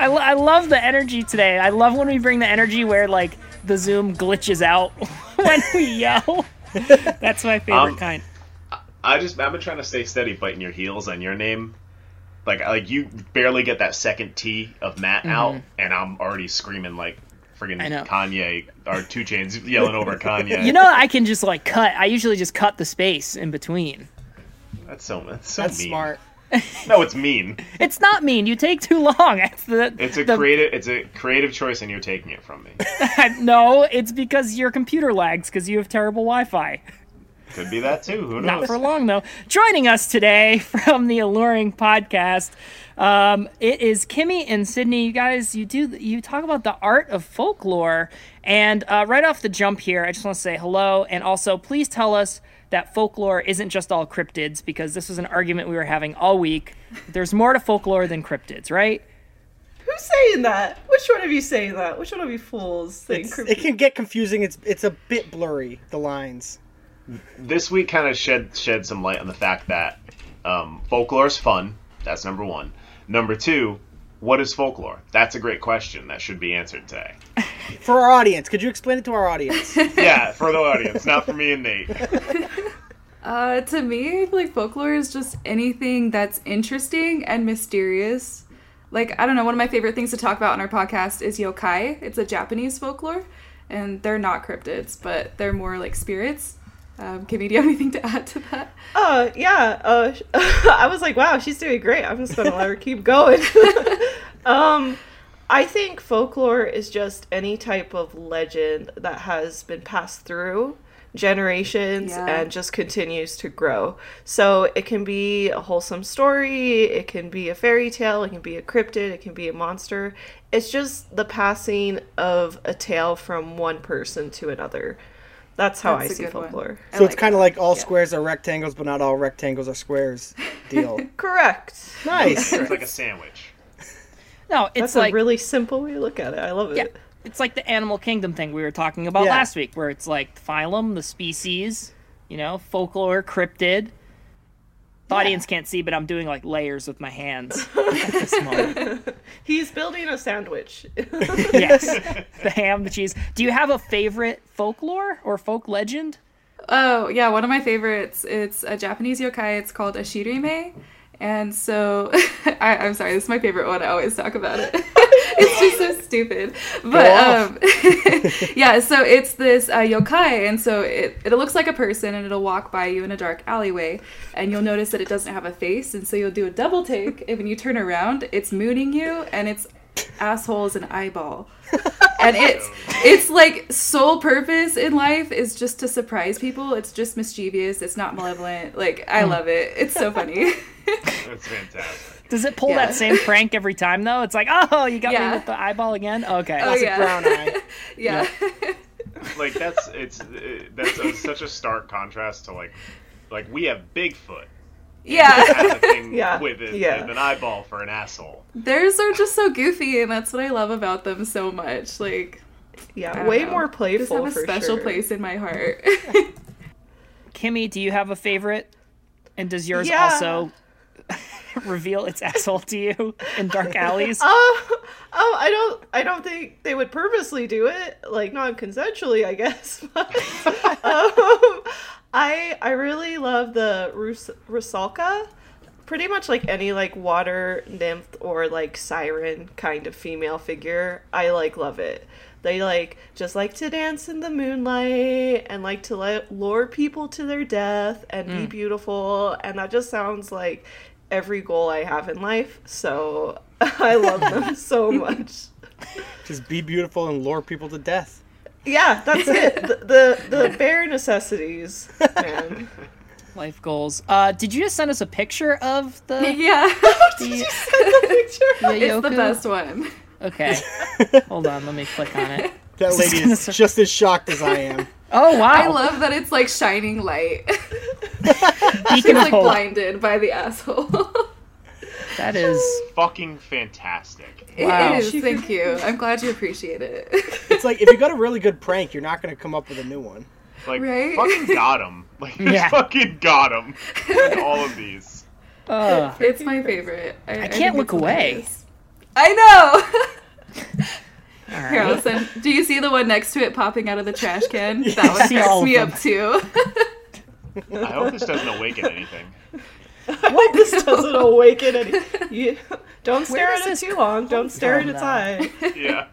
I, lo- I love the energy today. I love when we bring the energy where like the Zoom glitches out when we yell. That's my favorite Um, kind. I just I've been trying to stay steady, biting your heels on your name. Like like you barely get that second T of Matt out, and I'm already screaming like friggin' Mm-hmm. I know. Kanye or Two Chains yelling over Kanye. You know, I can just like cut. I usually just cut the space in between. that's so that's so That's mean. smart. No, it's mean. It's not mean. You take too long. It's the, It's a the- creative it's a creative choice, and you're taking it from me. no. It's because your computer lags because you have terrible Wi-Fi. Could be that too. Who knows? Not for long though. Joining us today from the Alluring Podcast, um, it is Kimmy and Sydney. You guys, you do you talk about the art of folklore, and uh, right off the jump here, I just want to say hello, and also please tell us that folklore isn't just all cryptids because this was an argument we were having all week. There's more to folklore than cryptids, right? Who's saying that? Which one of you saying that? Which one of you fools saying It's- cryptid? it can get confusing. It's it's a bit blurry. The lines. this week kind of shed shed some light on the fact that um, folklore is fun. That's number one. Number two, what is folklore? That's a great question that should be answered today. For our audience, could you explain it to our audience? Yeah, for the audience, not for me and Nate. Uh, to me, like folklore is just anything that's interesting and mysterious. Like I don't know, one of my favorite things to talk about on our podcast is yokai. It's a Japanese folklore, and they're not cryptids, but they're more like spirits. Um, Kimmy, do you have anything to add to that? Uh, yeah. Uh, sh- I was like, wow, she's doing great. I'm just gonna let her keep going. um, I think folklore is just any type of legend that has been passed through generations Yeah. and just continues to grow. So it can be a wholesome story, it can be a fairy tale, it can be a cryptid, it can be a monster. It's just the passing of a tale from one person to another. That's how Oh, That's I a see good one. folklore. I so it's like kind of like all squares are rectangles, but not all rectangles are squares. Deal. Correct. nice. It's like a sandwich. No, it's That's like a really simple way to look at it. I love it. yeah, it's like the animal kingdom thing we were talking about Yeah. last week, where it's like the phylum, the species, you know, folklore, cryptid. The audience can't see, but I'm doing like layers with my hands at this moment. He's building a sandwich. yes, the ham, the cheese. Do you have a favorite folklore or folk legend? Oh yeah, one of my favorites. It's a Japanese yokai. It's called Ashirime, and so I, I'm sorry. This is my favorite one. I always talk about it. it's just so stupid. But off. um, yeah, so it's this uh, yokai, and so it it looks like a person, and it'll walk by you in a dark alleyway, and you'll notice that it doesn't have a face, and so you'll do a double take, and when you turn around, it's mooning you, and it's assholes and eyeball and it's it's like sole purpose in life is just to surprise people. It's just mischievous. It's not malevolent. Like Hmm. I love it. It's so funny. That's fantastic. Does it pull Yeah. that same prank every time though? It's like, oh, you got Yeah. me with the eyeball again. Okay, Oh, yeah. Brown eye. yeah. Like that's it's uh, that's a, such a stark contrast to like like we have Bigfoot Yeah. have a thing Yeah, with, it, yeah. with an eyeball for an asshole. Theirs are just so goofy and that's what I love about them so much. Like I Yeah, don't way know. more they just playful have a for special sure. place in my heart. Kimmy, do you have a favorite? And does yours Yeah. also reveal its asshole to you in dark alleys? Oh, oh, I don't, I don't think they would purposely do it, like non-consensually, I guess. But, um, I, I really love the Rus- Rusalka. Pretty much like any like water nymph or like siren kind of female figure, I like love it. They like just like to dance in the moonlight and like to like, lure people to their death and Mm. be beautiful. And that just sounds like every goal I have in life. So I love them so much. Just be beautiful and lure people to death. Yeah, that's it. The the, the bare necessities, man. Life goals. Uh, did you just send us a picture of the? Yeah. the Picture. it's the Yoku? best one. Okay. Hold on. Let me click on it. That lady is just as shocked as I am. Oh wow! I love that it's like shining light. Beacon She's of like hope. blinded by the asshole. That is. Fucking fantastic. It Wow. is. Thank you. I'm glad you appreciate it. It's like if you got a really good prank, you're not going to come up with a new one. Like Right? fucking got him. Like Yeah. fucking got him. With all of these. Uh, It's my favorite. I, I think can't it's look away. hilarious. I know. All Here, right. I'll send- Do you see the one next to it popping out of the trash can? That I one see cracks all of me them. up too. I hope this doesn't awaken anything. Hope this doesn't awaken any. You, don't stare does at it this too long. Don't stare at from, its though? eye. Yeah.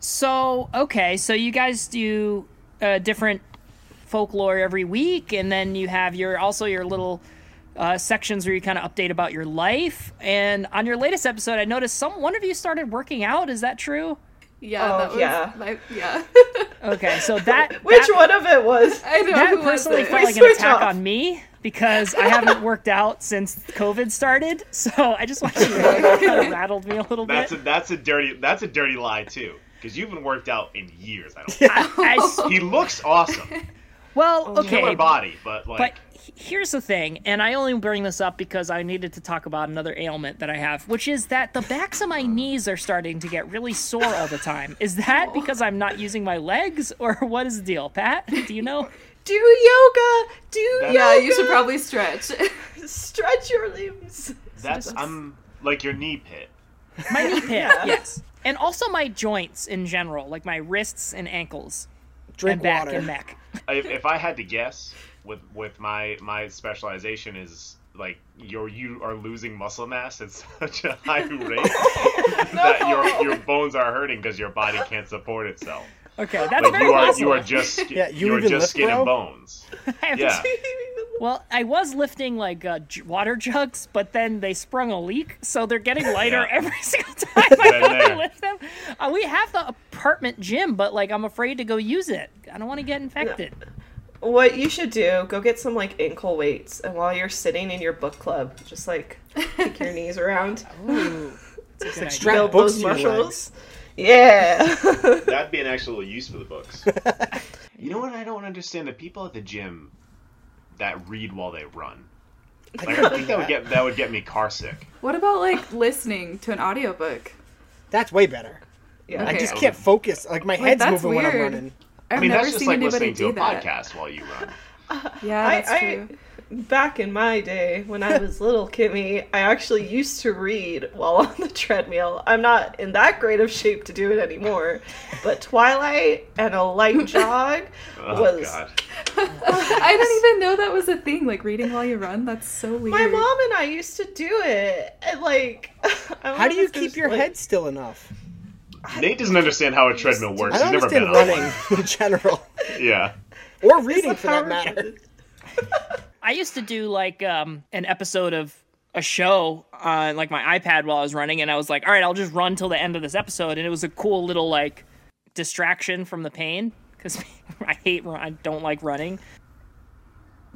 So okay, so you guys do uh, different folklore every week, and then you have your also your little uh, sections where you kind of update about your life. And on your latest episode, I noticed some one of you started working out. Is that true? yeah, Oh, that was yeah. my yeah. Okay, so that Which that, one of it was? I know That who was personally it. felt like an Switch attack off. on me because I haven't worked out since COVID started. So I just want you to know that kind of rattled me a little That's a bit. that's a dirty that's a dirty lie too. Because you haven't worked out in years, I don't I- I s- He looks awesome. well, Killer okay, body, but like But h- here's the thing, and I only bring this up because I needed to talk about another ailment that I have, which is that the backs of my knees are starting to get really sore all the time. Is that because I'm not using my legs, or what is the deal, Pat? Do you know? Do yoga. Do That's- yeah, yoga. you should probably stretch. stretch your limbs. that's I'm like your knee pit. My knee pit, yes. And also my joints in general, like my wrists and ankles, Drink and back water. and neck. if, if I had to guess, with with my my specialization is like you're you are losing muscle mass at such a high rate that your your bones are hurting because your body can't support itself. Okay, that's Like very you are possible. you are just ski- Yeah, you you are even just lift, skin and bro? bones. I have Yeah, to- Well, I was lifting like uh, j- water jugs, but then they sprung a leak, so they're getting lighter Yeah. every single time I Been go to there. lift them. Uh, we have the apartment gym, but like I'm afraid to go use it. I don't want to get infected. What you should do, go get some like ankle weights, and while you're sitting in your book club, just like kick your knees around, Ooh, that's a good idea. Strap build books those to your legs. muscles. Yeah. that'd be an actual use for the books. you know what I don't understand? The people at the gym that read while they run. Like, I think that would get that would get me car sick. what about like listening to an audiobook? That's way better. yeah. Okay. I just can't focus. Like my head's that's moving when I'm weird. running. I've I mean, never that's just seen like anybody listening to do a that. podcast while you run. Yeah, I, that's I true. back in my day when I was little, Kimmy, I actually used to read while on the treadmill. I'm not in that great of shape to do it anymore, but Twilight and a light jog Oh was. god. I didn't even know that was a thing. Like reading while you run. That's so weird. Mm-hmm. My mom and I used to do it, and like, I don't How know do if you it's 'cause, keep your Oh, like- head still enough? Nate doesn't understand how a treadmill works. I don't He's never been understand on running in general, one. Yeah. or reading for power that matter. I used to do like um, an episode of a show on like my iPad while I was running, and I was like, all right, I'll just run till the end of this episode, and it was a cool little like distraction from the pain because I hate run- I don't like running.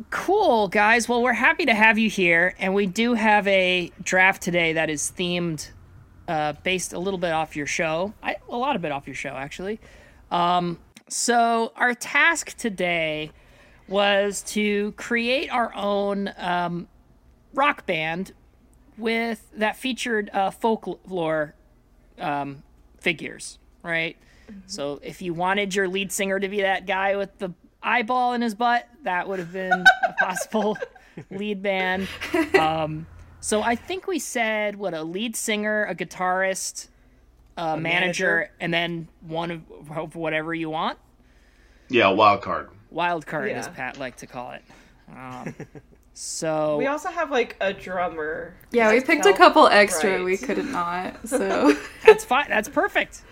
Cool guys, well we're happy to have you here, and we do have a draft today that is themed, uh, based a little bit off your show, I, a lot of bit off your show actually. Um, so our task today was to create our own um, rock band with that featured uh, folklore um, figures, right? So if you wanted your lead singer to be that guy with the eyeball in his butt, that would have been a possible lead band. Um, so I think we said what a lead singer, a guitarist, a, manager, manager. and then one of- of whatever you want Yeah, wild card. wild card, as Yeah. Pat liked to call it. Um, so We also have like a drummer. Yeah, we Doesn't picked a felt couple extra. right. We couldn't not. So that's fine. That's perfect.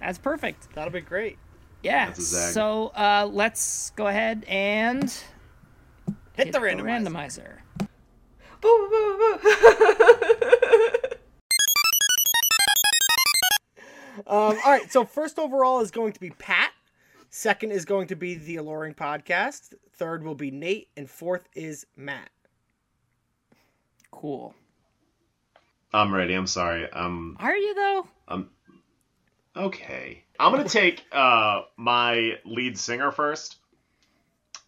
That's perfect. That'll be great. Yeah. a zag. So uh, let's go ahead and Hit hit the randomizer. randomizer. Boo, boo, boo, boo. Um, all right, so first overall is going to be Pat. Second is going to be the Alluring Podcast. Third will be Nate, and fourth is Matt. Cool. I'm ready. I'm sorry. I'm Are you though? okay. I'm gonna take uh my lead singer first,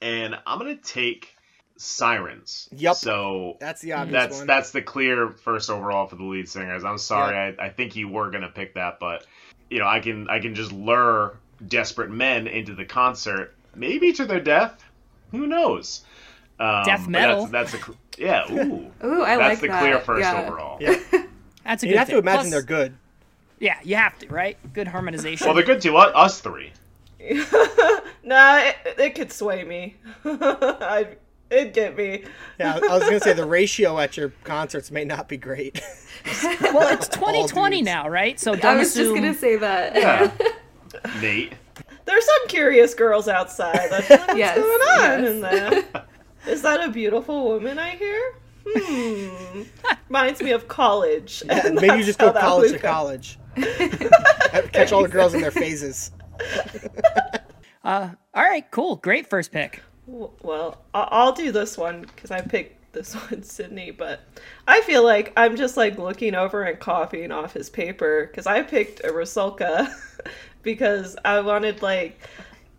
and I'm gonna take Sirens. Yep. So That's the obvious that's one. that's the clear first overall for the lead singers. I'm sorry, I, I think you were gonna pick that, but you know I can I can just lure desperate men into the concert, maybe to their death. Who knows? Um, Death but metal. That's, that's a cl- yeah. Ooh, Ooh, I that's like the that. clear first Yeah. overall. Yeah. That's a good You have to thing. imagine Plus- they're good. Yeah, you have to, right? Good harmonization. Well, they're good to us, us three. nah, it, it could sway me. I'd, it'd get me. Yeah, I was gonna say the ratio at your concerts may not be great. well, it's 2020 dudes. now, right? So don't I was just assume- gonna say that. Yeah. Nate. There's some curious girls outside. That's what's Yes, going on yes. in there. Is that a beautiful woman I hear? Hmm. Reminds me of college. And Maybe you that's just how go that college to would go. college. Catch all the girls in their phases. All right, cool. Great first pick. W- Well, I- I'll do this one because I picked this one, Sydney. But I feel like I'm just like looking over and copying off his paper because I picked a Rasulka because I wanted like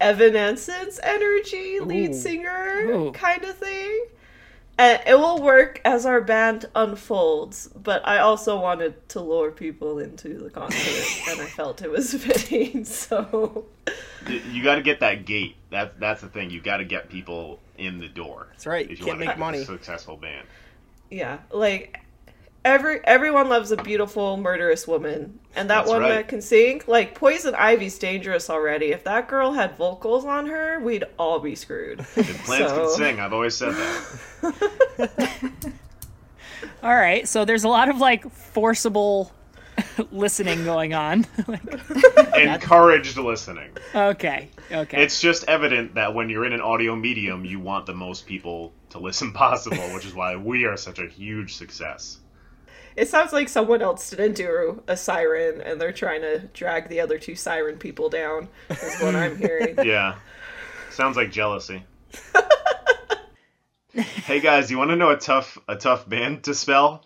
Evanescence energy, lead Ooh. singer Ooh. kind of thing. And it will work as our band unfolds, but I also wanted to lure people into the concert, and I felt it was fitting. So Y- You got to get that gate. That's that's the thing. You got to get people in the door. That's right. Can't make money. A successful band. yeah like every everyone loves a beautiful murderous woman and that That's one right. that can sing like poison ivy's dangerous already if that girl had vocals on her we'd all be screwed If plants So- can sing. I've always said that. All right, so there's a lot of like forcible listening going on. Like, Encouraged listening. okay, okay. It's just evident that when you're in an audio medium, you want the most people to listen possible, which is why we are such a huge success. it sounds like someone else didn't do a siren and they're trying to drag the other two siren people down is what i'm hearing Yeah. Sounds like jealousy. hey guys, you want to know a tough a tough band to spell?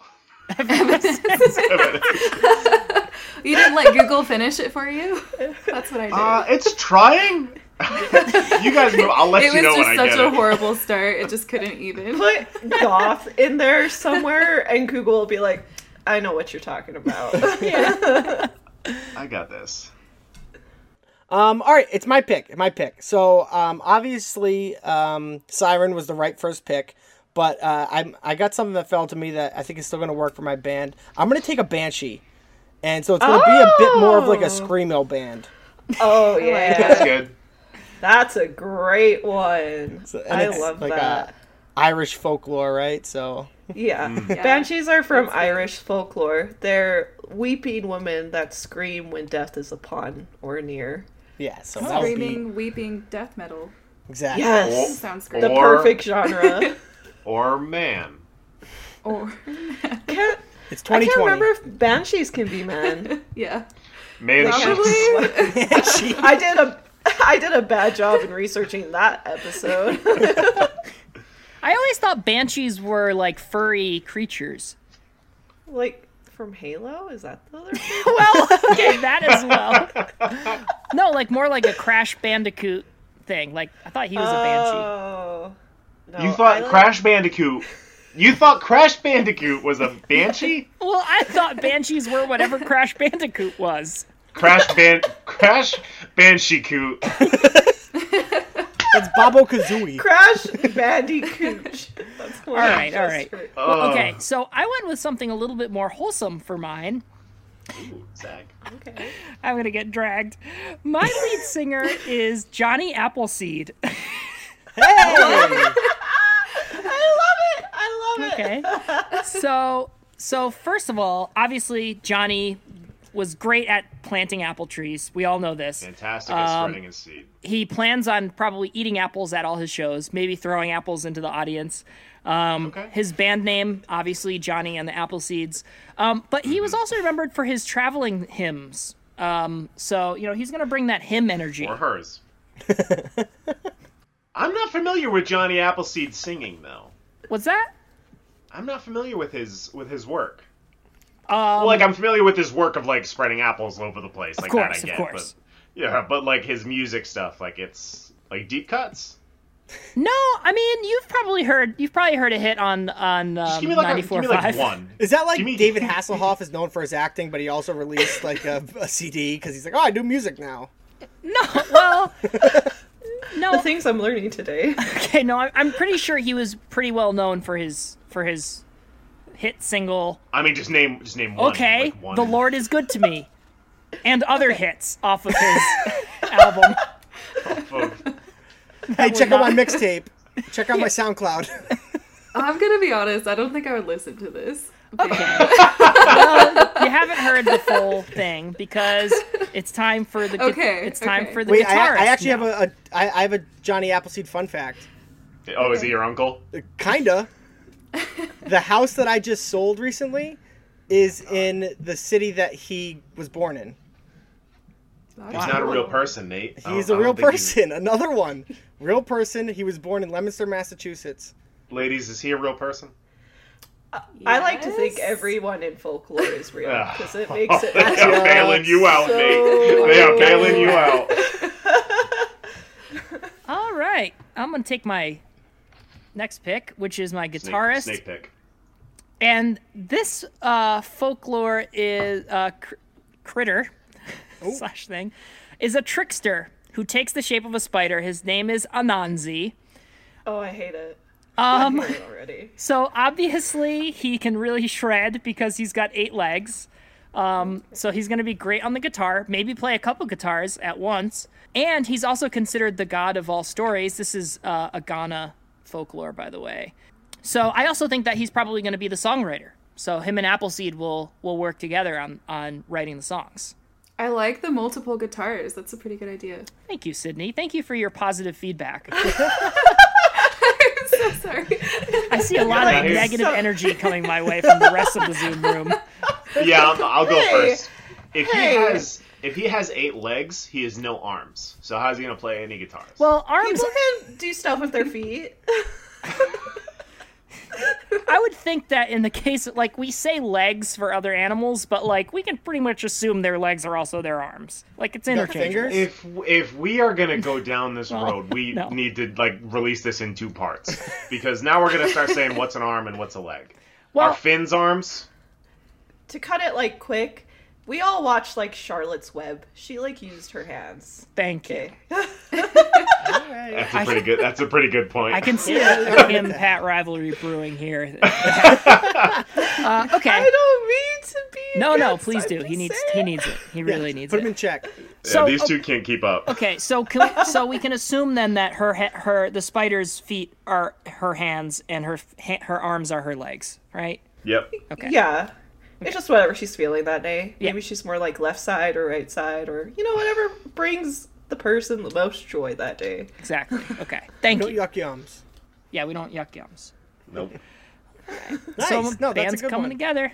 You didn't let Google finish it for you. That's what I did. Uh, it's trying. you guys know. I'll let it you was know when just I such get a it. horrible start. It just couldn't even. put goth in there somewhere and google will be like i know what you're talking about I got this. Um, all right, it's my pick. My pick. So um, obviously, um, Siren was the right first pick, but uh, I'm I got something that fell to me that I think is still going to work for my band. I'm going to take a Banshee, and so it's going to be a bit more of like a screamo band. oh That's yeah good. that's a great one and i it's love like a- that Irish folklore, right? So Yeah. Banshees are from Irish folklore. They're weeping women that scream when death is upon or near. yeah, so that would be Screaming, weeping death metal. exactly. Yes. Sounds Or- great. The Or- perfect genre. Or man. Or Can't- It's I can't 2020. remember if banshees can be men. yeah. Man, she's- Probably. She- I did a I did a bad job in researching that episode. I always thought banshees were like furry creatures. like from Halo? Is that the other thing? Well, okay, that as well. No, like more like a Crash Bandicoot thing. Like I thought he was a banshee. Oh. No, you thought I like- Crash Bandicoot. You thought Crash Bandicoot was a banshee? Well, I thought banshees were whatever Crash Bandicoot was. Crash Ban Crash Banshee Coot. That's Babo Kazooie. Crash Bandicoot. That's Oh. all right, all right. Okay, so I went with something a little bit more wholesome for mine. Zach. Okay. I'm gonna get dragged. My lead singer is Johnny Appleseed. I love it. I love it. Okay. So so first of all, obviously Johnny was great at planting apple trees. We all know this. Fantastic at Um, spreading his seed. He plans on probably eating apples at all his shows, maybe throwing apples into the audience. Um, Okay. His band name, Mhm. obviously Johnny and the Apple Seeds, um, but he was also remembered for his traveling hymns. Um, so you know he's gonna bring that him energy. or hers. I'm not familiar with Johnny Appleseed singing though. What's that? I'm not familiar with his with his work. Well, like I'm familiar with his work of like spreading apples all over the place, like course, that I Um, of get. course. But yeah, but like his music stuff, like it's like deep cuts. No, I mean you've probably heard you've probably heard a hit on on Just um, give me like, a, ninety give four me like five. one. Is that like Give me- David Hasselhoff is known for his acting, but he also released like a, a CD because he's like, oh, I do music now. No, well, no. The things I'm learning today. Okay, no, I'm, I'm pretty sure he was pretty well known for his for his hit single. I mean, just name just name one. Okay, like, one. the Lord is good to me, and other hits off of his album. Of- Hey, check out not- my mixtape. Check out my SoundCloud. I'm gonna be honest. I don't think I would listen to this. Okay. well, you haven't heard the full thing because it's time for the. gu- Okay, It's time okay. for the Wait, I, guitarist. I actually now. have a, a I, I have a Johnny Appleseed fun fact. oh, is he your uncle? Kinda. the house that I just sold recently is in the city that he was born in. He's not a real person, Nate. I He's don't- a I real don't think he's- person. Another one. Real person. He was born in Leominster, Massachusetts. Ladies, is he a real person? I like to think Yes. everyone in folklore is real Ah. because it makes it. they are bailing you out, so- Nate. They are bailing you out. All right, I'm gonna take my next pick, which is my Snake, guitarist, snake pick. and this uh, folklore is uh, cr- critter Oh. slash thing is a trickster who takes the shape of a spider. His name is Anansi. oh, I hate it. Um, I hate it already. So obviously he can really shred because he's got eight legs. Um, so he's going to be great on the guitar, maybe play a couple guitars at once. And he's also considered the god of all stories. This is uh, a Ghana folklore, by the way. So I also think that he's probably going to be the songwriter. So him and Appleseed will will work together on on writing the songs. I like the multiple guitars. That's a pretty good idea. Thank you, Sydney. Thank you for your positive feedback. I'm so sorry. I see a lot of Like, so- negative energy coming my way from the rest of the Zoom room. Yeah, I'll, I'll go Hey. first. If Hey. he has if he has eight legs, he has no arms. So how's he gonna play any guitars? Well, arms People can do stuff with their feet. I would think that in the case of, like we say legs for other animals, but like we can pretty much assume their legs are also their arms. Like it's interchangeable. fingers? if if we are gonna go down this road, we no. need to like release this in two parts because now we're gonna start saying what's an arm and what's a leg. Well- Are fins arms? to cut it like quick, we all watched like Charlotte's Web. She like used her hands. Thank you. Okay. That's a pretty good. That's a pretty good point. I can see a him Pat rivalry brewing here. Uh, okay. I don't mean to be. No, no, against- please I'm do. just He needs he saying. needs it. He really needs Put him it. in check. Yeah, so- these two can't keep up. Okay, so can we, so we can assume then that her he- her the spider's feet are her hands and her f- ha- her arms are her legs, right? Yep. Yeah. It's just whatever she's feeling that day. Yeah. Maybe she's more like left side or right side or, you know, whatever brings the person the most joy that day. Exactly. Okay. Thank No you. yuck yums. Yeah, we don't yuck yums. Nope. Nice. So Um, no, that's a band's good coming one. together.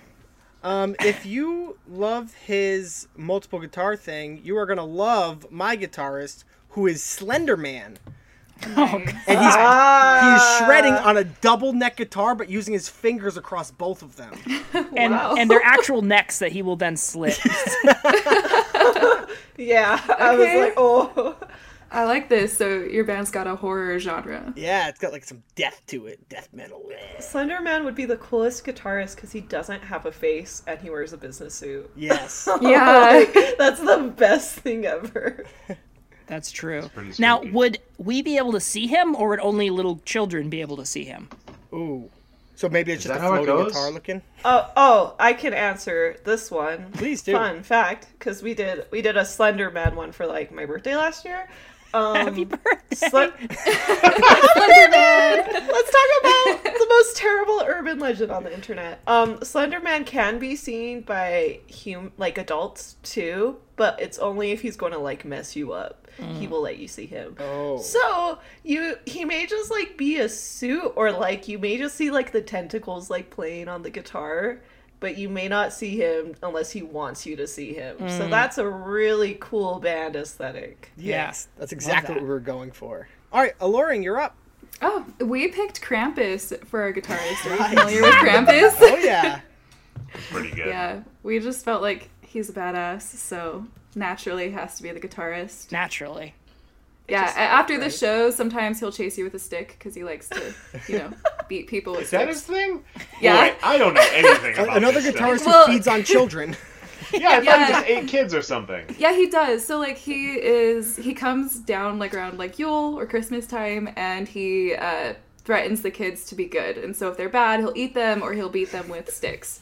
Um, if you love his multiple guitar thing, you are gonna love my guitarist, who is Slender Man, and he's he's shredding on a double neck guitar, but using his fingers across both of them. and Wow. and their actual necks that he will then slit. Yeah. I was Okay. like, oh. I like this. So your band's got a horror genre. Yeah, it's got like some death to it, death metal. Slender Man would be the coolest guitarist because he doesn't have a face and he wears a business suit. Yes. Yeah. That's the best thing ever. That's true. pretty Now, spooky. would we be able to see him, or would only little children be able to see him? Ooh. So maybe it's just that a how it floating goes? guitar looking. Oh, oh, I can answer this one. Please do. Fun fact, because we did we did a Slender Man one for like my birthday last year. Um, Happy birthday! Slen- Let's talk about the most terrible urban legend on the internet. Um, Slender Man can be seen by hum- like adults too, but it's only if he's going to like mess you up. He will let you see him. Oh. So you he may just like be a suit, or like you may just see like the tentacles like playing on the guitar. but you may not see him unless he wants you to see him. So that's a really cool band aesthetic. Yes, that's exactly what we were going for. All right, Alluring, you're up. Oh, we picked Krampus for our guitarist. Are you familiar with Krampus? Oh yeah. Pretty good. yeah, we just felt like he's a badass, so naturally has to be the guitarist. Naturally. yeah, a- after the show, sometimes he'll chase you with a stick because he likes to, you know, beat people with Is that sticks. his thing? Yeah. Boy, I don't know anything about Another this guitarist Show. Well- who feeds on children. Yeah, I thought Yeah. he just ate kids or something. Yeah, he does. So like he is he comes down like around like Yule or Christmas time and he uh threatens the kids to be good. And so if they're bad, he'll eat them or he'll beat them with sticks.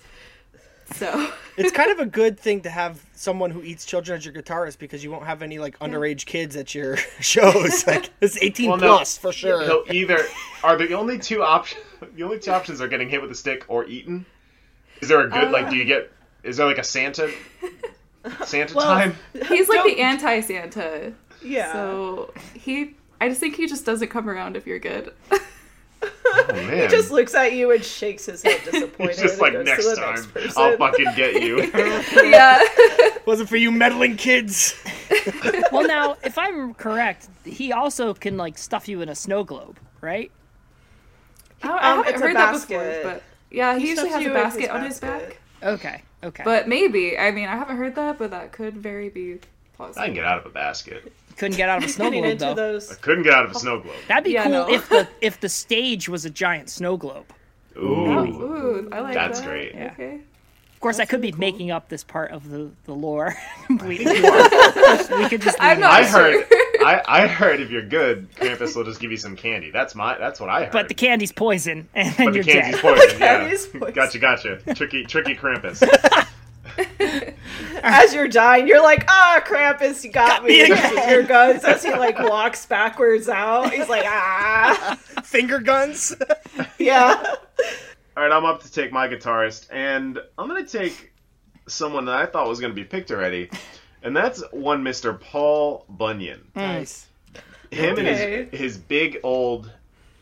So it's kind of a good thing to have someone who eats children as your guitarist because you won't have any like underage kids at your shows. Like it's eighteen Well, no. plus for sure. So either are the only two options? The only two options are getting hit with a stick or eaten. Is there a good Uh. like? Do you get? Is there like a Santa? Santa time. he's like Don't- the anti Santa. Yeah. So he I just think he just doesn't come around if you're good. Oh man. he just looks at you and shakes his head disappointed. It's just like and goes next to the time next person. I'll fucking get you. yeah. Wasn't for you meddling kids. Well, now, if I'm correct, he also can like stuff you in a snow globe, right? I, don't- I Um, haven't it's a heard that before, basket. but yeah, he, He usually stuffs has you a in his basket, on his basket. back. Okay. Okay. But maybe. I mean I haven't heard that, but that could very be possible. I can get out of a basket. couldn't get out of a snow Getting globe into though. those. Couldn't get out of a snow globe. That'd be Yeah, cool no. if the if the stage was a giant snow globe. Ooh. Ooh, I like That's that. great. Yeah. Okay. Of course, I could be making up this part of the the lore completely. we could just. leave I'm it. not I sure. heard. I, I heard if you're good, Krampus will just give you some candy. That's my. That's what I heard. But the candy's poison, and then But the you're dead. candy's poison. candy's Yeah. poison. Gotcha. Gotcha. Tricky. Tricky Krampus. As you're dying, you're like, ah, Krampus, you got, me me. again. with Your guns. As he like walks backwards out, he's like, ah, Finger guns. Hmm. yeah. All right, I'm up to take my guitarist, and I'm going to take someone that I thought was going to be picked already, and that's one Mr. Paul Bunyan. Nice. Him Okay. and his, his big old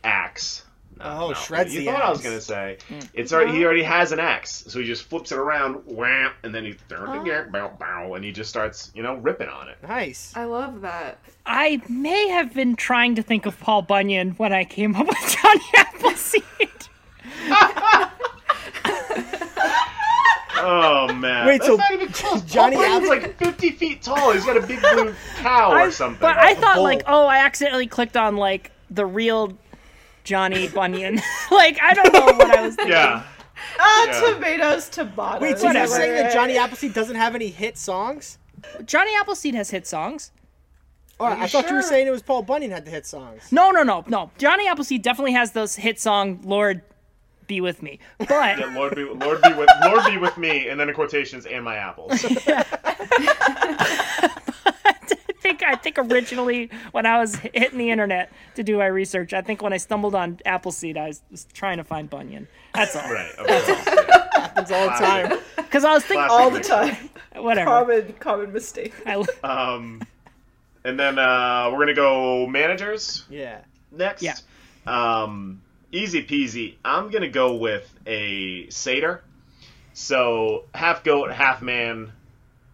axe. Oh, shreds You the thought I was axe. going to say. It's already, He already has an axe, so he just flips it around, wham, and then he, bow, bow, and he just starts, you know, ripping on it. Nice. I love that. I may have been trying to think of Paul Bunyan when I came up with Johnny Appleseed. Oh, man. Wait, That's so not even close. Johnny Johnny Bunyan's Appleseed- like 50 feet tall. He's got a big blue cow or something. But I thought like, bull. oh, I accidentally clicked on like the real Johnny Bunyan. like I don't know what I was thinking. Yeah. Ah, Yeah. tomatoes, tomatoes. Wait, so you're Whatever. saying that Johnny Appleseed doesn't have any hit songs? Johnny Appleseed has hit songs. All right, I thought you were sure? saying it was Paul Bunyan had the hit songs. No, no, no, no. Johnny Appleseed definitely has those hit song "Lord Be With Me," but Yeah, Lord be, Lord be with Lord be with me, and then in quotations, and my apples. I think I think originally when I was hitting the internet to do my research, I think when I stumbled on Appleseed, I was, was trying to find Bunyan. That's all. Right. Of course. yeah. Happens all the time. Because I was thinking, Classic all the mix. time. whatever. Common, common mistake. I, Um, and then uh, we're gonna go managers Yeah. next. Yeah. Um, easy peasy. I'm gonna go with a satyr. So half goat, half man,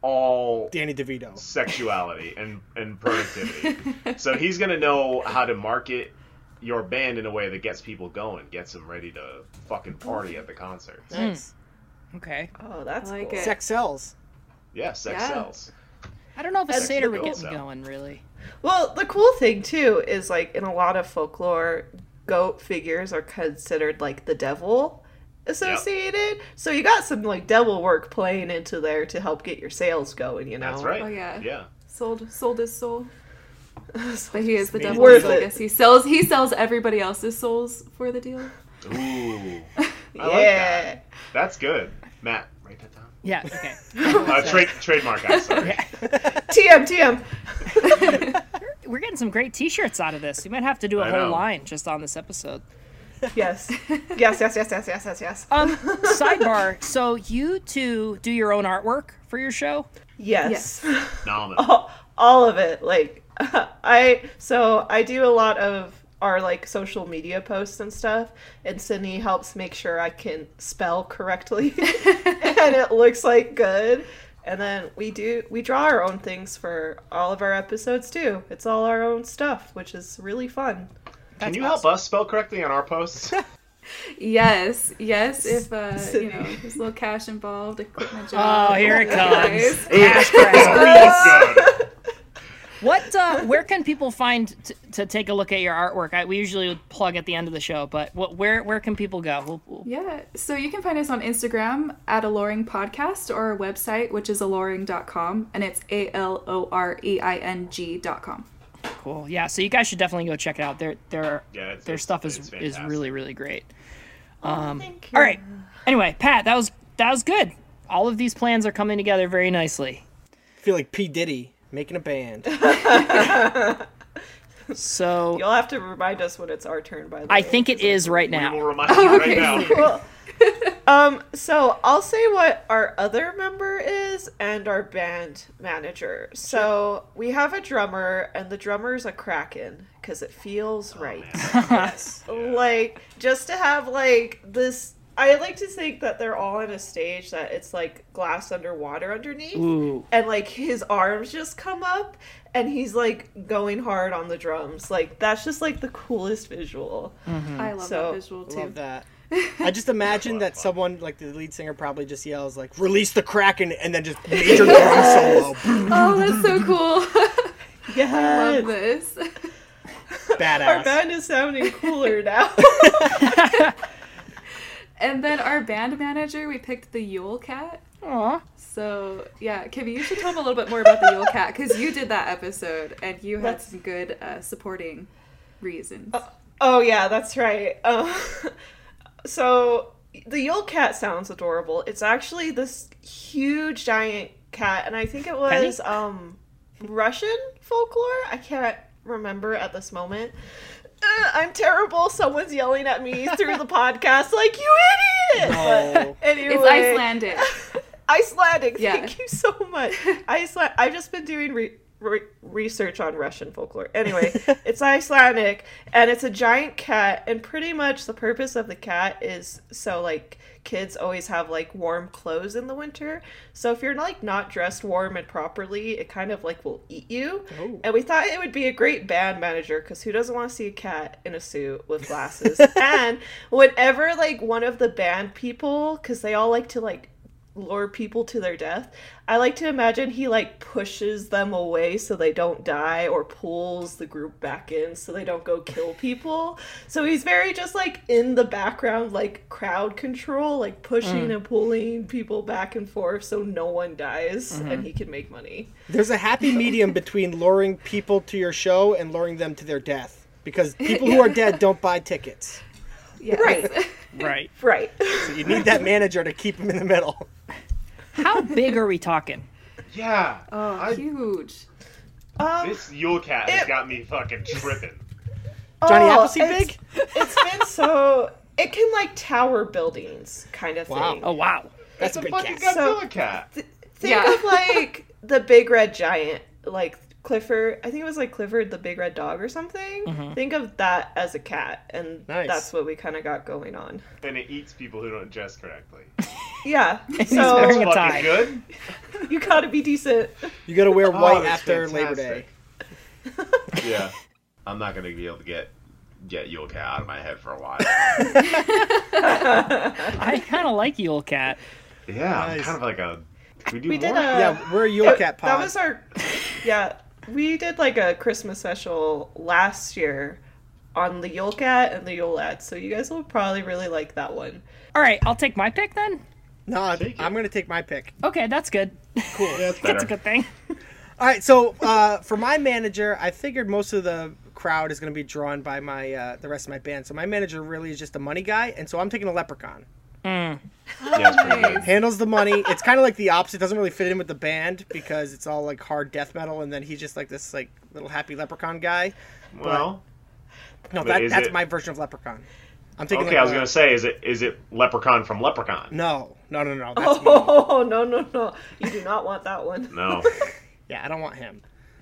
all Danny DeVito. sexuality and and productivity. so he's gonna know how to market your band in a way that gets people going, gets them ready to fucking party at the concert. Nice. okay. Oh, that's I like cool. it. Sex sells. Yeah, sex Yeah. sells. I don't know if a That's satyr the would goal, get me so. going, really. Well, the cool thing too is like in a lot of folklore, goat figures are considered like the devil associated. So you got some like devil work playing into there to help get your sales going, you know. That's right. Oh, yeah. Yeah. Sold sold his soul. But he is the devil. Worth so I it. guess he sells he sells everybody else's souls for the deal. Ooh. Yeah. I like that. That's good. Matt, write that down. Yeah. Okay. Uh, trade trademark, I'm sorry. TM TM. We're getting some great T-shirts out of this. We might have to do a I whole know. line just on this episode. Yes. Yes, yes, yes, yes, yes, yes, yes. Um, sidebar. So you two do your own artwork for your show? Yes. Nominal. all of it. Like I so I do a lot of our like social media posts and stuff and sydney helps make sure i can spell correctly and it looks like good and then we do we draw our own things for all of our episodes too it's all our own stuff which is really fun Can you help us spell correctly on our posts? Yes, yes. If uh, you know, there's a little cash involved. I quit my job. Oh, here it Guys. comes. Cash grab. Oh, God. What? Uh, where can people find t- to take a look at your artwork? I, we usually would plug at the end of the show, but what, where where can people go? We'll- we'll- Yeah. So you can find us on Instagram at Alluring Podcast or our website, which is alluring.com, and it's A L O R E I N G.com. cool. Yeah. So you guys should definitely go check it out. Their their Yeah, it's- their it's- stuff is it's is fantastic. really really great. thank you All right. Anyway, Pat, that was that was good. All of these plans are coming together very nicely. feel like P Diddy making a band. So you'll have to remind us when it's our turn by the I way. think it is right We'll now. remind you right now. Um, so I'll say what our other member is and our band manager. So we have a drummer, and the drummer's a kraken because it feels right. Like just to have like this. I like to think that they're all on a stage that it's like glass underwater underneath, Ooh. and like his arms just come up, and he's like going hard on the drums. Like that's just like the coolest visual. I love Hmm, So, that visual too. Love that. I just imagine that someone like the lead singer probably just yells like "Release the Kraken" and then just major drum solo, Oh, that's so cool. Yes. love this. Our badass. band is sounding cooler now. And then our band manager, we picked the Yule Cat. Aw. So yeah, Kimmy, you should tell them a little bit more about the Yule Cat because you did that episode and you had That's- some good uh, supporting reasons. Oh yeah, that's right. Um, so the Yule cat sounds adorable. It's actually this huge giant cat, and I think it was um, Russian folklore. I can't remember at this moment. Uh, I'm terrible. Someone's yelling at me through the podcast, like you idiot. Oh. But anyway, It's Icelandic. Icelandic. Yeah. Thank you so much. Iceland. I've just been doing re- re- research on Russian folklore. Anyway, it's Icelandic, and it's a giant cat. And pretty much the purpose of the cat is so like kids always have like warm clothes in the winter. So if you're like not dressed warm and properly, it kind of like will eat you. Oh. And we thought it would be a great band manager because who doesn't want to see a cat in a suit with glasses? and whenever like one of the band people, because they all like to like lure people to their death. I like to imagine he like pushes them away so they don't die or pulls the group back in so they don't go kill people. So he's very just like in the background like crowd control, like pushing and pulling people back and forth so no one dies and he can make money. There's a happy medium between luring people to your show and luring them to their death because people who are dead don't buy tickets. Yes. Right. Right. Right. So you need that manager to keep them in the middle. How big are we talking? Yeah. Oh, I- huge. Um, this Yule cat has It- got me fucking tripping. Johnny oh, Appleseed it's- big? It's been so it can like tower buildings kind of Wow. thing. Oh wow. It's That's a a good fucking guess. Godzilla So- cat. think Yeah. of like the big red giant like clifford i think it was like clifford the big red dog or something think of that as a cat and Nice. that's what we kind of got going on And it eats people who don't dress correctly. yeah That's wearing so a tie. fucking good. you gotta be decent You got to wear Oh, white that's after Labor Day. fantastic. yeah. I'm not gonna be able to get get Yule cat out of my head for a while. I kind of like Yule Cat. Yeah, I'm Nice. kind of like a. Can we do we more? did a Yeah, we're a Yule Cat pod. that was our yeah we did like a christmas special last year on the yule cat and the yule ad so you guys will probably really like that one All right, I'll take my pick then. no, I'm, Take it. I'm going to take my pick. Okay, that's good. cool. That's That's better. a good thing. All right, so uh, for my manager, I figured most of the crowd is going to be drawn by my uh, the rest of my band. So my manager really is just a money guy, and so I'm taking a leprechaun. Yeah, it's pretty good. Handles the money. It's kind of like the opposite. Doesn't really fit in with the band because it's all like hard death metal, and then he's just like this like little happy leprechaun guy. Well, No, But that, is that's it- my version of leprechaun. I'm taking. okay. like, I was a- gonna say, is it is it Leprechaun from Leprechaun? No, no, no, no. That's me. oh no no no you do not want that one No. Yeah, I don't want him.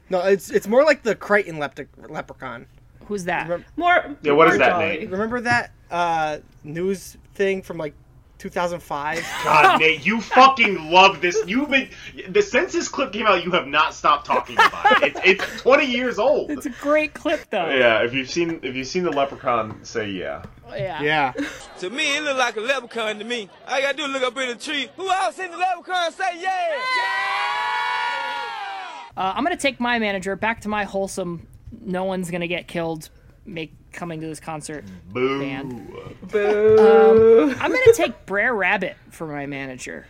No, it's it's more like the Crichton leptic leprechaun. Who's that? Remember- More. Yeah, what more is that jolly. name? Remember that uh, news thing from like 2005? God, Nate, you fucking love this. You've been the census clip came out. You have not stopped talking about it. It's, it's twenty years old. It's a great clip though. Yeah, if you've seen if you've seen the Leprechaun, say yeah. Yeah. yeah. To me, it look like a leprechaun to me. All I gotta do is look up in the tree. Who else in the leprechaun say yeah? Uh, I'm gonna take my manager back to my wholesome. No one's gonna get killed. Make coming to this concert. Boo. Man. Boo. I'm gonna take Brer Rabbit for my manager.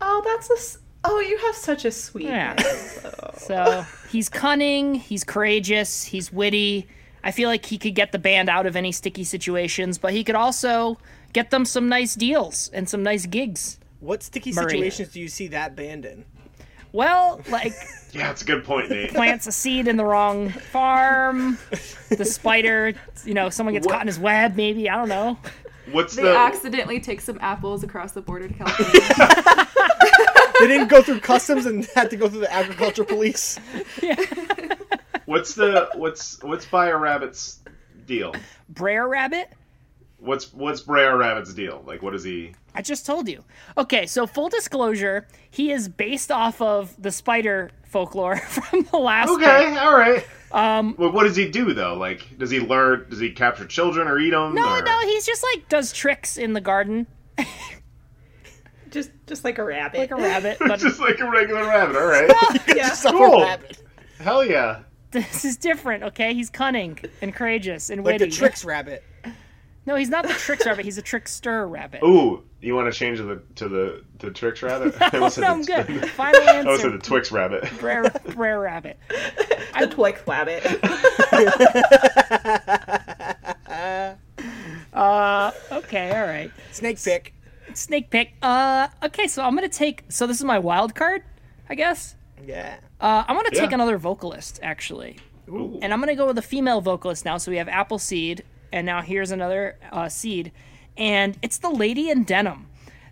oh, that's a. s- Oh, you have such a sweet. Yeah. name. So he's cunning, he's courageous, he's witty. I feel like he could get the band out of any sticky situations, but he could also get them some nice deals and some nice gigs. What sticky Murray. situations do you see that band in? Well, like Yeah, it's a good point, Nate. plants a seed in the wrong farm, the spider, you know, someone gets caught in his web, maybe, I don't know. What's They the accidentally take some apples across the border to California. They didn't go through customs and had to go through the agriculture police. what's the what's what's Buyer Rabbit's deal? Brer Rabbit? What's what's Brer Rabbit's deal? Like, what is he? I just told you. Okay, so full disclosure, he is based off of the spider folklore from the last book. Okay, all right. Um, what, what does he do though? Like, does he lure? Does he capture children or eat them? No, or... no, he's just like does tricks in the garden Just, just like a rabbit. like a rabbit, but just like a regular rabbit. All right, yeah. Just a Cool. rabbit. hell yeah. this is different, okay? He's cunning and courageous and Like witty. the tricks rabbit. No, he's not the tricks rabbit, he's a trickster rabbit. Oh, Ooh, you want to change to the to the the tricks rabbit? I almost said no, I'm the- good. Final I almost said the answer. Twix rabbit. Brer, Brer rabbit. a twig rabbit. Okay, all right. Snake pick. Snake pick. Uh, okay, so I'm gonna take. So this is my wild card, I guess. Yeah. Uh, I'm gonna take Yeah. another vocalist actually, Ooh. and I'm gonna go with a female vocalist now. So we have Appleseed, and now here's another uh, seed, and it's the Lady in Denim.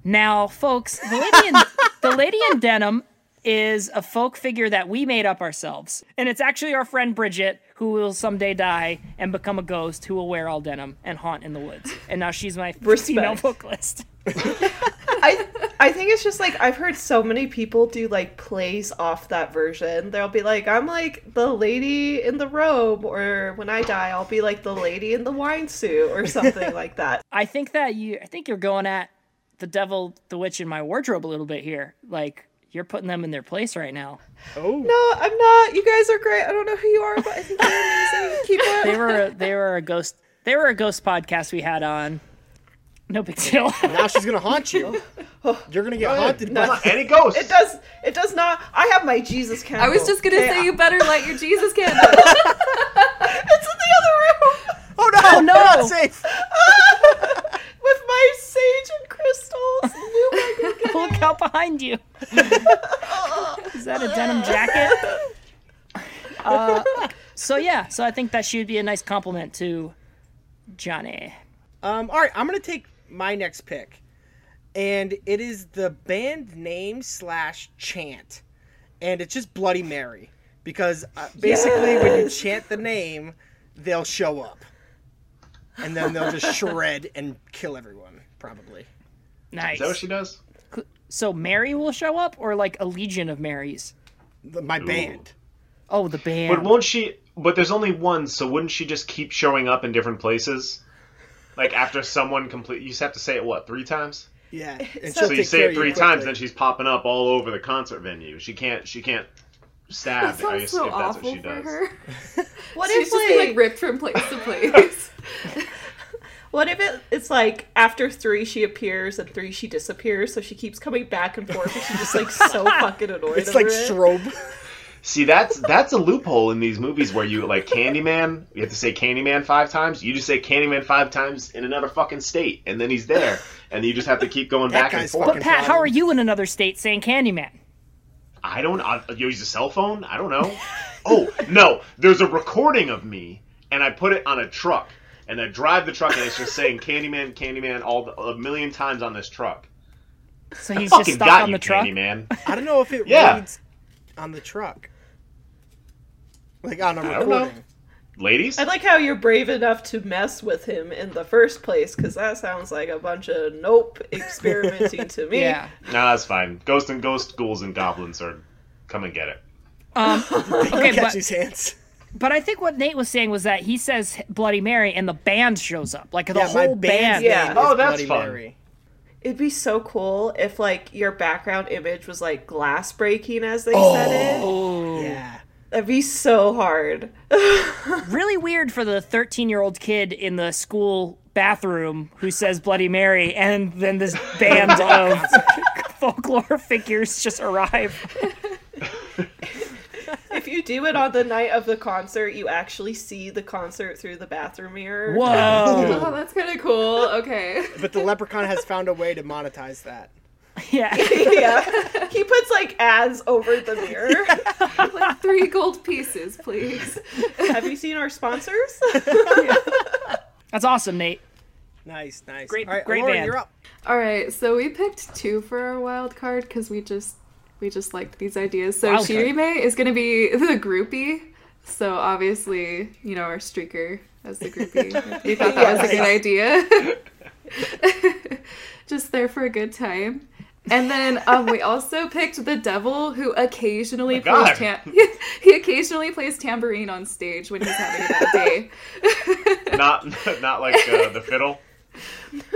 Now, folks, the Lady in, the lady in Denim is a folk figure that we made up ourselves, and it's actually our friend Bridget who will someday die and become a ghost who will wear all denim and haunt in the woods. And now she's my female Respect. vocalist. I I think it's just like I've heard so many people do like plays off that version. They'll be like, I'm like the lady in the robe, or when I die, I'll be like the lady in the wine suit, or something like that. I think that you I think you're going at the devil, the witch in my wardrobe a little bit here. Like you're putting them in their place right now. No, Uh, I'm not. You guys are great. I don't know who you are, but I think you're amazing. Keep They up. were they were a ghost they were a ghost podcast we had on. No big deal. Now she's gonna haunt you. You're gonna get haunted by Not any ghost. It does. It does not. I have my Jesus candle. I was just gonna Okay, say you better light your Jesus candle. It's in the other room Oh no! no. we're not safe. with my sage and crystals. Lou, I Look out behind you. Is that a denim jacket? Uh, so yeah, so I think that should be a nice compliment to Johnny. Um, all right, I'm gonna take my next pick, and it is the band name slash chant, and it's just Bloody Mary because uh, basically when you chant the name, they'll show up, and then they'll just shred and kill everyone probably. Nice. Is that what she does? So Mary will show up, or like a legion of Marys. The- my band. Oh, the band. But won't she? But there's only one, so wouldn't she just keep showing up in different places? Like after someone complete, you just have to say it what three times. Yeah, and So you say it three times, then she's popping up all over the concert venue. She can't. She can't stab. That I sounds guess, if so that's what awful she for does. her. could- What She's if just being, like, like ripped from place to place. What if it, it's like after three she appears and three she disappears, so she keeps coming back and forth, and she's just like so fucking annoyed. it's like over it. strobe. See, that's that's a loophole in these movies where you like Candyman. You have to say Candyman five times. You just say Candyman five times in another fucking state, and then he's there, and you just have to keep going That back and guy's forth. But fucking- Pat, how problem. are you in another state saying Candyman? I don't. I I use a cell phone. I don't know. oh no, there's a recording of me, and I put it on a truck, and I drive the truck, and it's just saying Candyman, Candyman, all the, a million times on this truck. So he's just Fucking stuck got on you, the truck. Candyman. I don't know if it Yeah. reads on the truck, like on a don't know. recording. ladies. I like how you're brave enough to mess with him in the first place, because that sounds like a bunch of nope experimenting to me. Yeah. No, that's fine. Ghost and ghost ghouls and goblins are come and get it. Okay, Catch but, these hands. but I think what Nate was saying was that he says Bloody Mary and the band shows up. Like the Yeah, my whole band's band. Yeah. name is Oh, that's Bloody fun. Mary. It'd be so cool if like your background image was like glass breaking as they said it. Oh. Yeah. That'd be so hard. Really weird for the 13 year old kid in the school bathroom who says Bloody Mary and then this band of folklore figures just arrive. if you do it on the night of the concert, you actually see the concert through the bathroom mirror. Whoa. Oh, that's kind of cool. Okay. But the leprechaun has found a way to monetize that. Yeah. yeah. He puts like ads over the mirror. like three gold pieces, please. Have you seen our sponsors? That's awesome, Nate. Nice, nice. Great- All right, great Laura, band. you're up. All right, so we picked two for our wild card because we just we just liked these ideas. So Wild card. Shirime is going to be the groupie. So obviously, you know our streaker as the groupie. we thought that was a good idea. just there for a good time. And then um, we also picked the devil, who occasionally Oh My plays God. tam- he occasionally plays tambourine on stage when he's having a bad day. Not not like uh, the fiddle.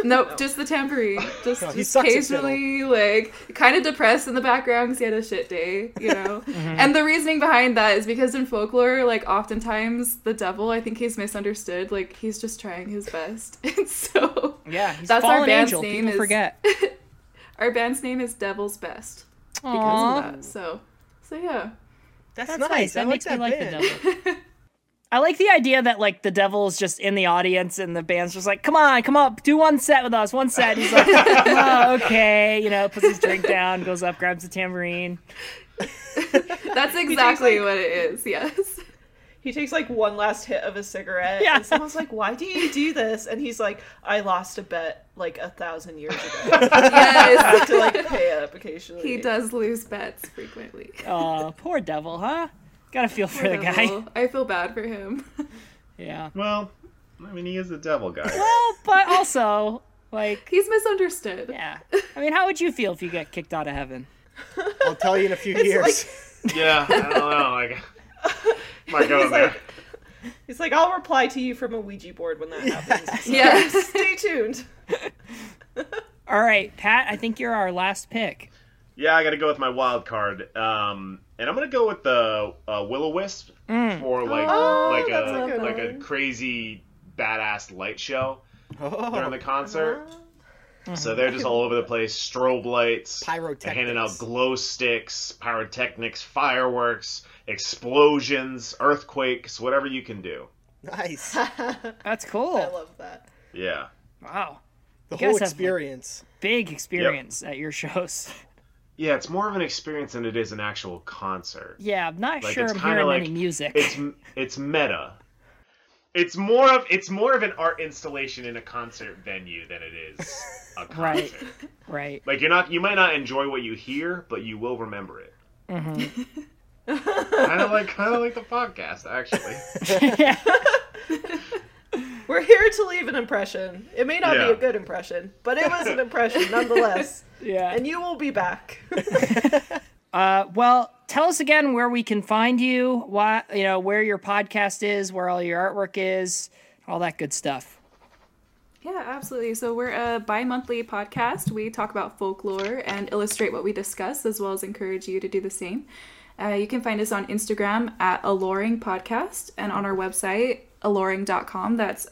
Nope, just the tambourine. Just, he just sucks at occasionally, like, kind of depressed in the background because he had a shit day, you know? Mm-hmm. And the reasoning behind that is because in folklore, like, oftentimes the devil, I think he's misunderstood. Like, he's just trying his best. And so, Yeah. He's That's our fallen band's angel. name People is- forget. our band's name is Devil's Best because Aw. of that. So, so yeah. That's, That's nice. nice. That I makes like that me band. like the devil. I like the idea that like the devil is just in the audience and the band's just like, come on, come up, do one set with us, one set. He's like, oh, okay, you know, puts his drink down, goes up, grabs a tambourine. That's exactly what it is, yes. he takes like one last hit of a cigarette. Yeah. And someone's like, Why do you do this? And he's like, I lost a bet like a thousand years ago. I have Yes. to like pay up occasionally. he does lose bets frequently. Oh, poor devil, huh? Gotta feel for the guy. Devil. I feel bad for him. Yeah. Well, I mean he is a devil guy. Well, but also, like, He's misunderstood. yeah. I mean, how would you feel if you get kicked out of heaven? I'll tell you in a few years. yeah, I don't know. Like, might go He's there. like, he's like, I'll reply to you from a Ouija board when that happens. Yes. Stay tuned. All right, Pat, I think you're our last pick. Yeah, I got to go with my wild card, um, and I'm gonna go with the uh, Will O Wisp for like Oh, like that's a a good like a one. crazy badass light show during Oh, the concert. So they're just all over the place, strobe lights, Pyrotechnics. handing out glow sticks, pyrotechnics, fireworks, explosions, earthquakes, whatever you can do. nice. That's cool. I love that. Yeah. wow. The guys whole have, like- experience. Big experience at your shows. Yeah, it's more of an experience than it is an actual concert. Yeah, I'm not Like, sure it's I'm kinda hearing like- any music. It's it's meta. It's more of it's more of an art installation in a concert venue than it is a concert. Right. Right. Like you're not you might not enjoy what you hear, but you will remember it. Mm-hmm. kind of like kind of like the podcast actually. We're here to leave an impression. It may not Yeah. be a good impression, but it was an impression nonetheless. Yeah. And you will be back. Uh, well, tell us again where we can find you, why you know where your podcast is, where all your artwork is, all that good stuff. Yeah, absolutely. So we're a bi-monthly podcast. We talk about folklore and illustrate what we discuss, as well as encourage you to do the same. Uh, you can find us on Instagram at Alluring Podcast and on our website, alluring.com. That's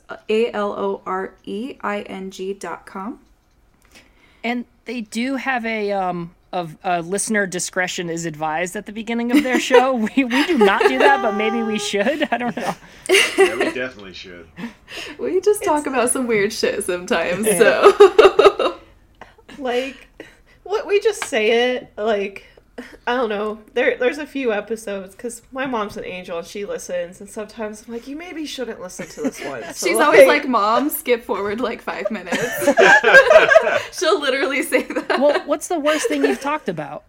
E A-L-O-R-E-I-N-G dot com. And they do have a um of uh, listener discretion is advised at the beginning of their show. we we do not do that, but maybe we should. I don't know. yeah, we definitely should. We just talk about some weird shit sometimes, so... like what we just say it like I don't know. There, there's a few episodes because my mom's an angel and she listens, and sometimes I'm like, you maybe shouldn't listen to this one. So, She's always like, Mom, skip forward like five minutes. She'll literally say that. Well, what's the worst thing you've talked about?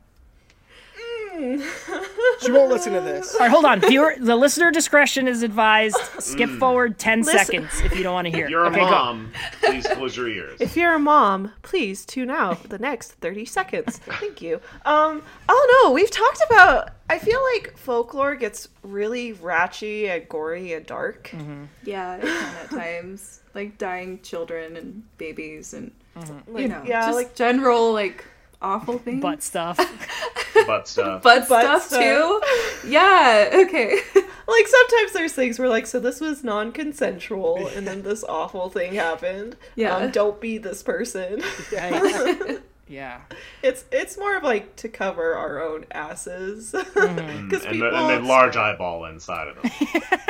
She won't listen to this. All right, hold on. Viewer, the listener discretion is advised. Skip forward 10 Listen- seconds if you don't want to hear. it. Mm. You're a okay, go. mom. Please close your ears. If you're a mom, please tune out for the next 30 seconds. Thank you. Um, oh no, we've talked about. I feel like folklore gets really ratchy and gory and dark. Mm-hmm. Yeah, it can at times. Like dying children and babies and you know, yeah, just like- general like awful things. Butt stuff. Butt stuff. Butt Butt stuff stuff. too. Yeah, okay. Like sometimes there's things where like, so this was non-consensual, and then this awful thing happened. Yeah. Um, don't be this person. Yikes. yeah. It's it's more of like to cover our own asses Mm. because Mm, and, people the, and the large eyeball inside of them.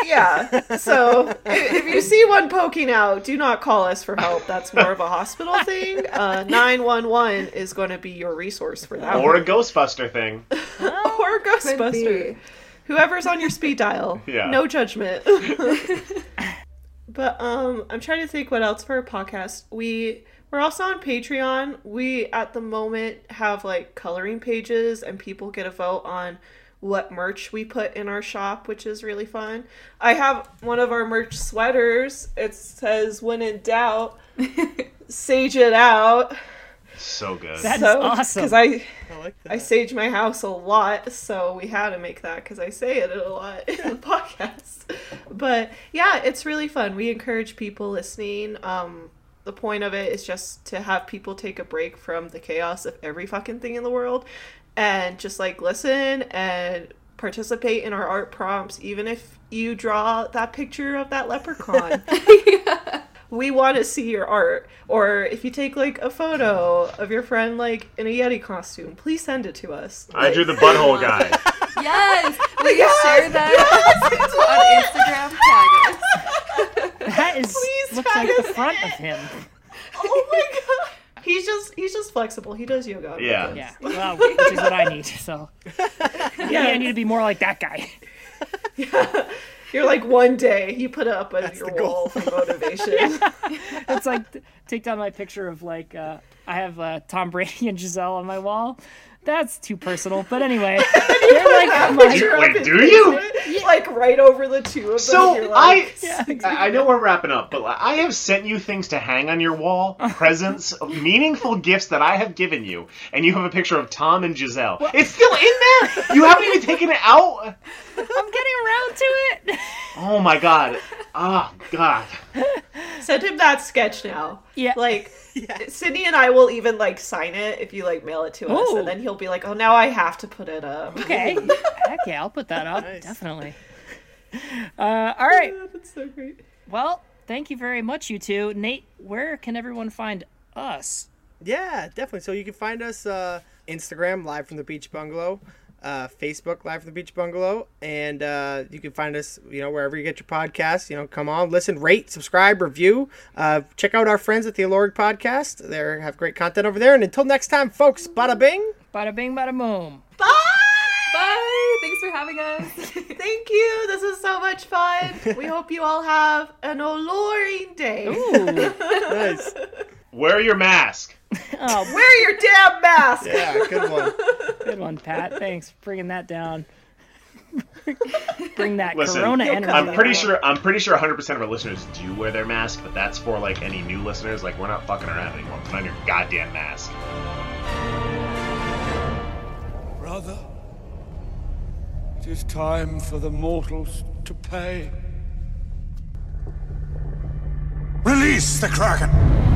Yeah. So if, if you see one poking out, do not call us for help. That's more of a hospital thing. Uh, 911 is going to be your resource for that. or a Ghostbuster thing. one. or Could Ghostbuster. be. Whoever's on your speed dial. Yeah. No judgment. but um, I'm trying to think what else for a podcast. We we're also on Patreon. We at the moment have like coloring pages, and people get a vote on what merch we put in our shop, which is really fun. I have one of our merch sweaters. It says "When in doubt, sage it out." So good. That is awesome. Because I I like I sage my house a lot, so we had to make that because I say it a lot in the podcast. But yeah, it's really fun. We encourage people listening. Um, the point of it is just to have people take a break from the chaos of every fucking thing in the world and just like listen and participate in our art prompts, even if you draw that picture of that leprechaun we want to see your art or if you take like a photo of your friend like in a yeti costume please send it to us I drew the butthole guy. Yes! Will you share that on Instagram? Tag us. That is Please looks tag like the us front of him. oh my god he's just he's just flexible he does yoga on Yeah. Yeah. Well, which is what I need. So yeah, I need to be more like that guy. you're like one day you put it up on your the goal. wall for motivation It's like t- take down my picture of like uh, I have uh, Tom Brady and Giselle on my wall. That's too personal. But anyway, they're like my, You're up wait, in do you? basement, like right over the two of them So, and you're like, I- I I know we're wrapping up, but like, I have sent you things to hang on your wall, presents, meaningful gifts that I have given you, and you have a picture of Tom and Giselle. It's still in there. You haven't even taken it out. I'm getting around to it. Oh my god. Oh god. send him that sketch now Yeah. like sydney and i will even like sign it if you like mail it to us Ooh. and then he'll be like oh now i have to put it up Okay. Heck yeah, I'll put that up. Definitely. Uh, all right. that's so great Well, thank you very much, you two. Nate, where can everyone find us? Yeah, definitely. So you can find us uh, Instagram live from the beach bungalow, uh, Facebook live from the beach bungalow, and uh, you can find us you know wherever you get your podcasts. You know, come on, listen, rate, subscribe, review. Uh, check out our friends at the Aloric Podcast. They have great content over there. And until next time, folks, bada bing. Bada bing, bada boom. Bye! Thanks for having us. Thank you. This is so much fun. We hope you all have an alluring day. Ooh. Nice. Wear your mask. Oh, Wear your damn mask. Yeah, good one. good one, Pat. Thanks for bringing that down. Bring that Listen, corona You'll energy. come I'm pretty sure I'm pretty sure 100% of our listeners do wear their mask, but that's for like any new listeners. Like we're not fucking around anymore. Put on your goddamn mask. Brother, it is time for the mortals to pay. Release the Kraken!